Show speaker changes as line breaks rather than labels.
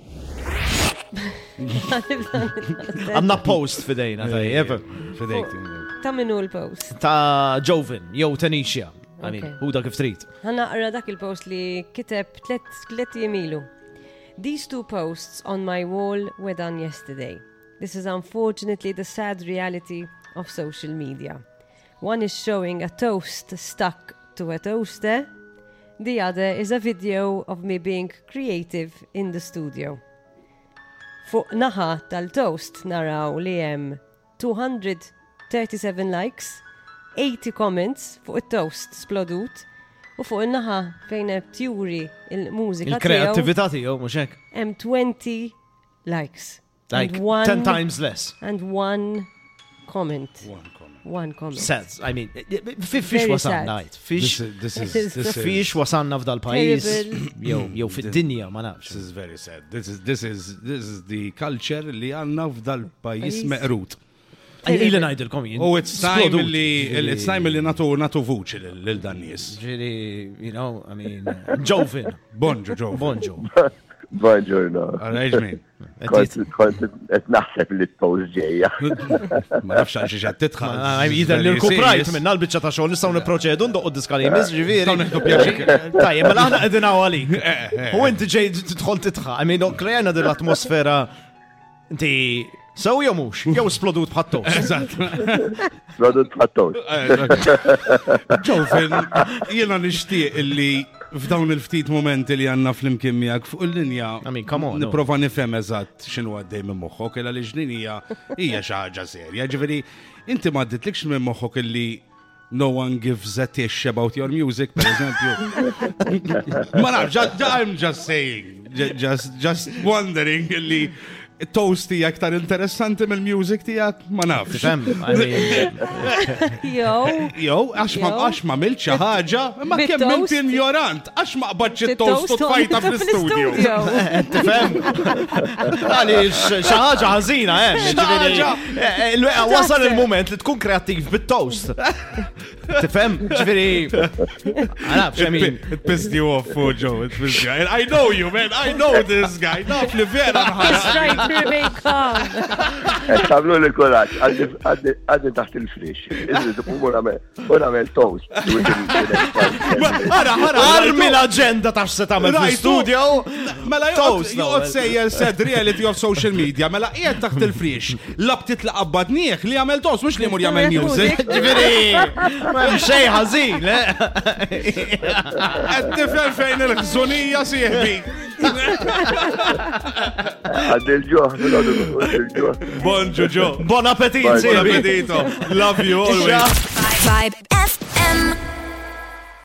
Għanna post fidejna, tajjeb. Fidejk.
Ta' minu l-post.
Ta' Jovin, jew Tanisha. Għani,
Okay.
u dak kif trid.
Għanna għra dak il-post li kiteb tlet tlet jemilu. These two posts on my wall were done yesterday. This is unfortunately the sad reality of social media. One is showing a toast stuck to a toaster. The other is a video of me being creative in the studio. Fuq naħa tal-toast naraw li hemm 237 likes, 80 comments fuq it-toast splodut u fuq in-naħa fejn hemm tjuri il-mużika tiegħu
Il-kreativita tiegħu mhux hekk.
hemm 20 likes.
Like
and one,
10 times less.
And one comment. One comment. One comment.
Sets, I mean, fiex
Very
wasan
sad.
najt.
This
Fiex
is, this is,
This is
this is, Mm.
fiex wasanna f'dal pajis.
Terrible.
Jew jew fid-dinja ma
this
nafx.
is very sad. This is, this is, this is the culture li għanna f'dal pajis
Pajis.
meqrut.
Ili ngħidilkom jien.
U Oh, it's time
splodut.
li, it's time li natu, natu vuċi lil dan nies.
Ġiri, you know, I mean,
uh,
Jovin,
Bonġu, ġo.
bonġu.
Buongiorno.
Arranġmin.
Kont kont qed naħseb li t-post ġejja.
Ma nafx għal xiex għattitħal.
Jider li rkuprajt minn l-bicċa ta' xogħol nistgħu nipproċedu ndoq id-diska li jmiss ġifieri.
Nistgħu neħdu pjaċir.
Tajjeb, mela aħna qegħdin hawn
Eh,
għalik. U inti ġej tidħol titħaq. I mean, krejna din l-atmosfera inti sew jew mhux, jew splodut bħat-tost.
Eżatt.
Prodott ħat-tost.
Eh, Ġofin, jena nishtiq illi f'dawn il-ftit momenti li għanna fl-imkien miegħek fuq il-linja.
I mean, come on, no.
Niprofa nifhem eżatt x'inhu għaddej minn moħħok illa li x'din hija hija xi ħaġa serja. Ġifieri, inti ma għadditlikx minn moħħok illi no one gives a tish about your music, per eżempju. Ma naf, ġa- ġa- I'm just saying, ġa- just, just wondering illi toast hija aktar interessanti mill-music tiegħek, ma nafx.
Fem, I mean,
Jow,
Jow, għax ma
Jow.
għax ma milċ xi ħaġa, ma
bit
kemm
toast.
inti ignorant, għax ma qbadx it-toast u tfajta fl-istudio.
fem. Għali xaħġa ħażina, eh. ġifieri,
ħaġa.
eh, eh, l- Wasal
e.
il-moment li tkun kreattiv bit-toast. Tifhem? Ġifieri. Għala, fxemin.
It pissed you off, oh, Joe, it pissed you. And I know you, man, I know this guy. Naf li vera
Just
nħaġa.
trying to remain calm.
Qed tagħmlu li kuraġġ għaddi- għaddi għaddi taħt il-frix. Iżid u nagħmel toast.
Ara, ara, armi l-agenda ta' se tagħmel fl-studio.
Mela
Toast, no,
joqgħod
well.
sejjer uh, said reality of social media, mela e qiegħed taħt il-friex, labtit la qabbad nieħ li jagħmel toast mhux li mur jagħmel music.
Ġifieri, ma hemm xejn ħażin, le?
Qed tifhem fejn il-ħżunija sieħbi.
Għaddi l-ġuħ. għaddi l-ġuħ.
Bonġu Joe.
Bon appetit,
Bye,
sieħbi.
Buon appetito. Love you always.
Ciao.
Vibe FM.